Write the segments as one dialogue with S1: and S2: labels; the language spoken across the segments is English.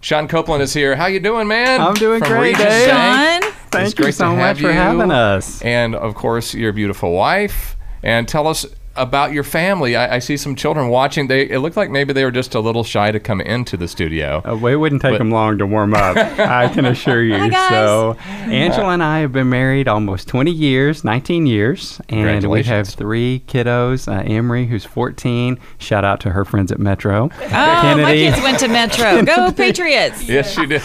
S1: Sean Copeland is here. How you doing, man?
S2: I'm doing
S1: From
S2: great,
S1: Regis
S2: Dave.
S1: Bank.
S3: Sean,
S1: It's
S2: Thank you
S1: great
S2: so
S1: to
S2: much
S1: have
S2: for
S1: you.
S2: having us.
S1: And of course, your beautiful wife. And tell us about your family. I, I see some children watching. They it looked like maybe they were just a little shy to come into the studio.
S2: Uh, well, it wouldn't take
S1: But-
S2: them long to warm up, I can assure you.
S3: guys.
S2: So, Angela and I have been married almost 20 years, 19 years, and we have
S1: Congratulations.
S2: three kiddos. Uh, Emery, who's 14, shout out to her friends at Metro.
S3: oh, my
S2: Kennedy.
S3: kids went to Metro. Go Patriots!
S1: Yes, you did.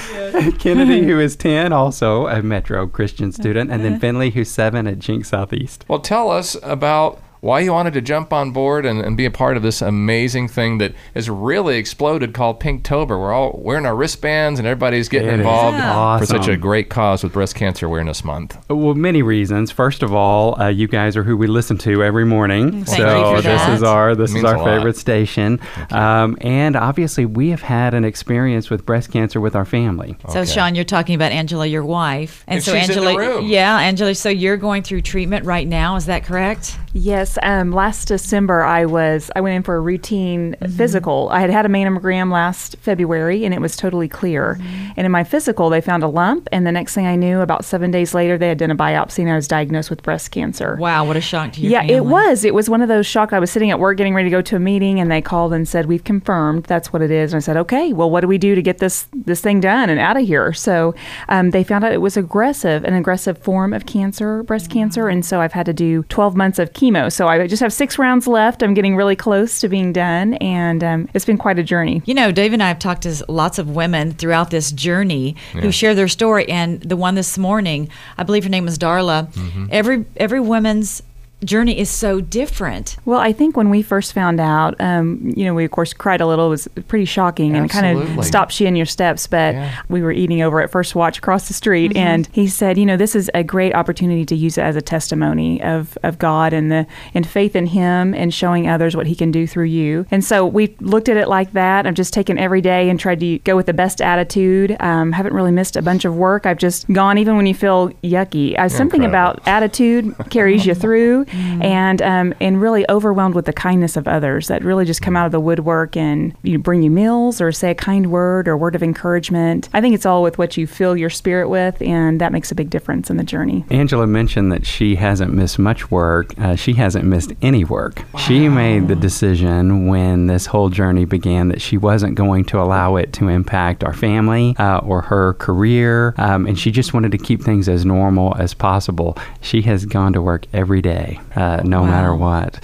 S2: Kennedy, who is 10, also a Metro Christian student, and then Finley, who's 7 at Jink Southeast.
S1: Well, tell us about why you wanted to jump on board and, and be a part of this amazing thing that has really exploded called Pinktober. We're all wearing our wristbands and everybody's getting
S2: It is
S1: involved for such a
S2: awesome.
S1: great cause with Breast Cancer Awareness Month.
S2: Uh, Well, many reasons. First of all, uh, you guys are who we listen to every morning,
S3: Thank
S2: so
S3: you for
S2: this
S3: that.
S2: is our this is
S1: Means
S2: our
S1: a lot.
S2: favorite station. Um, and obviously, we have had an experience with breast cancer with our family.
S3: So, Sean, you're talking about Angela, your wife, and
S1: And
S3: so
S1: she's in the
S3: Angela,
S1: room.
S3: yeah, Angela. So you're going through treatment right now. Is that correct?
S4: Yes, um, last December I was I went in for a routine physical. I had had a mammogram last February and it was totally clear. And in my physical, they found a lump, and the next thing I knew, about seven days later, they had done a biopsy and I was diagnosed with breast cancer.
S3: Wow, what a shock to your
S4: Yeah,
S3: family.
S4: it was. It was one of those shock. I was sitting at work getting ready to go to a meeting, and they called and said, "We've confirmed that's what it is." And I said, "Okay, well, what do we do to get this this thing done and out of here?" So um, they found out it was aggressive, an aggressive form of cancer, breast cancer, and so I've had to do 12 months of chemo. So I just have six rounds left. I'm getting really close to being done, and um, it's been quite a journey.
S3: You know, Dave and I have talked to s- lots of women throughout this journey who share their story, and the one this morning, I believe her name was Darla. Every every woman's journey is so different.
S4: Well, I think when we first found out, um, you know, we of course cried a little. It was pretty shocking and kind
S1: Absolutely.
S4: of stops you in your steps. But
S1: Yeah. Mm-hmm.
S4: we were eating over at First Watch across the street, and he said, you know, this is a great opportunity to use it as a testimony of, of God and the and faith in Him and showing others what He can do through you. And so we looked at it like that. I've just taken every day and tried to go with the best attitude. Um, haven't really missed a bunch of work. I've just gone even when you feel yucky. Uh, something
S1: Incredible.
S4: about attitude carries you through and um, and really overwhelmed with the kindness of others that really just come out of the woodwork and you bring you meals or say a kind word or word of encouragement i think it's all with what you fill your spirit with and that makes a big difference in the journey
S2: Angela mentioned that she hasn't missed much work. Uh, she hasn't missed any work. She made the decision when this whole journey began that she wasn't going to allow it to impact our family uh, or her career, um, and she just wanted to keep things as normal as possible. She has gone to work every day, uh, no matter what.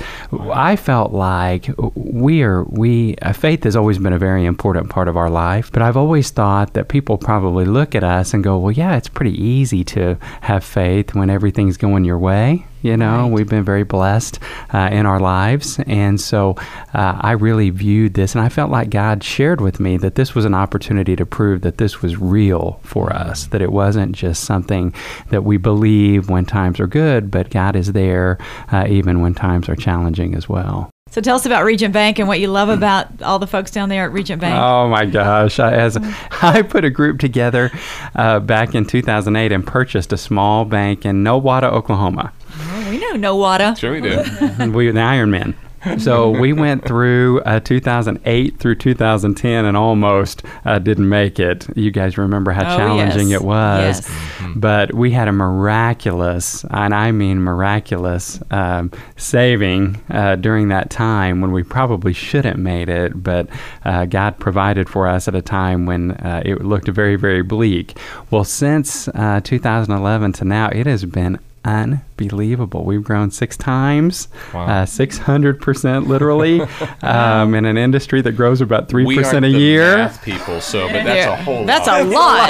S2: I felt like we are we uh, faith has always been a very important part of our life, but I've always thought that people probably look at us and go, "Well, yeah, it's pretty easy to have faith when everything's going your way." You know, we've been very blessed uh, in our lives, and so uh, I really viewed this, and I felt like God shared with me that this was an opportunity to prove that this was real for us, that it wasn't just something that we believe when times are good, but God is there uh, even when times are challenging as well.
S3: So tell us about Regent Bank and what you love about all the folks down there at Regent Bank.
S2: Oh my gosh! I, as
S3: Mm.
S2: I put a group together uh, back in 2008 and purchased a small bank in Nowata, Oklahoma.
S3: we know Nowata.
S1: Sure we do.
S3: Mm-hmm.
S2: And we were the Iron Men. So we went through uh, 2008 through 2010 and almost uh, didn't make it. You guys remember how
S3: Oh,
S2: challenging
S3: yes.
S2: it was.
S3: Yes.
S1: Mm-hmm.
S2: But we had a miraculous, and I mean miraculous, um, saving uh, during that time when we probably shouldn't made it. But uh, God provided for us at a time when uh, it looked very, very bleak. Well, since uh, 2011 to now, it has been unbelievable. We've grown six times,
S1: Wow.
S2: uh, 600% literally, um, in an industry that grows about 3%
S1: we
S2: a
S1: aren't the
S2: year.
S1: math people, so but that's a whole.
S3: That's
S1: lot.
S3: a lot.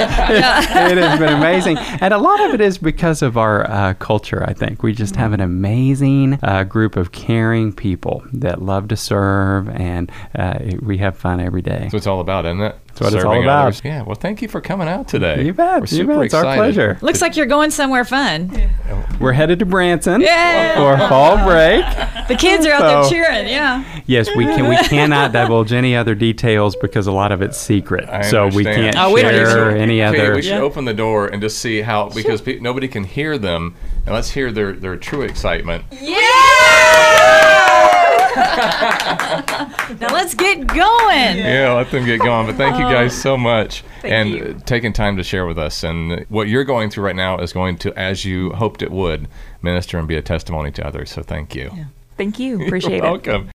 S2: it has been amazing. And a lot of it is because of our uh, culture, I think. We just
S3: Mm-hmm.
S2: have an amazing uh, group of caring people that love to serve, and uh, we have fun every day.
S1: That's what it's all about, isn't it? That's
S2: what it's all about.
S1: Yeah. Well, thank you for coming out today.
S2: You bet.
S1: We're
S2: you
S1: super
S2: bet. It's our
S1: excited.
S2: pleasure.
S3: Looks like you're going somewhere fun.
S2: We're headed to Branson
S3: Yeah.
S2: for fall break.
S3: The kids are out
S2: So-
S3: there cheering. Yeah.
S2: Yes, we can. We cannot divulge any other details because a lot of it's secret.
S1: I
S2: so we
S1: understand.
S2: can't
S3: Oh, we don't need
S2: share
S3: to-
S2: any
S1: Katie,
S2: other.
S1: we should open the door and just see how because pe- nobody can hear them, and let's hear their their true excitement.
S3: Yeah. Now let's get going.
S1: yeah, let them get going. But thank you guys so much and uh, taking time to share with us. And what you're going through right now is going to, as you hoped it would, minister and be a testimony to others. So thank you.
S4: Thank you. Appreciate
S1: You're
S4: it.
S1: welcome.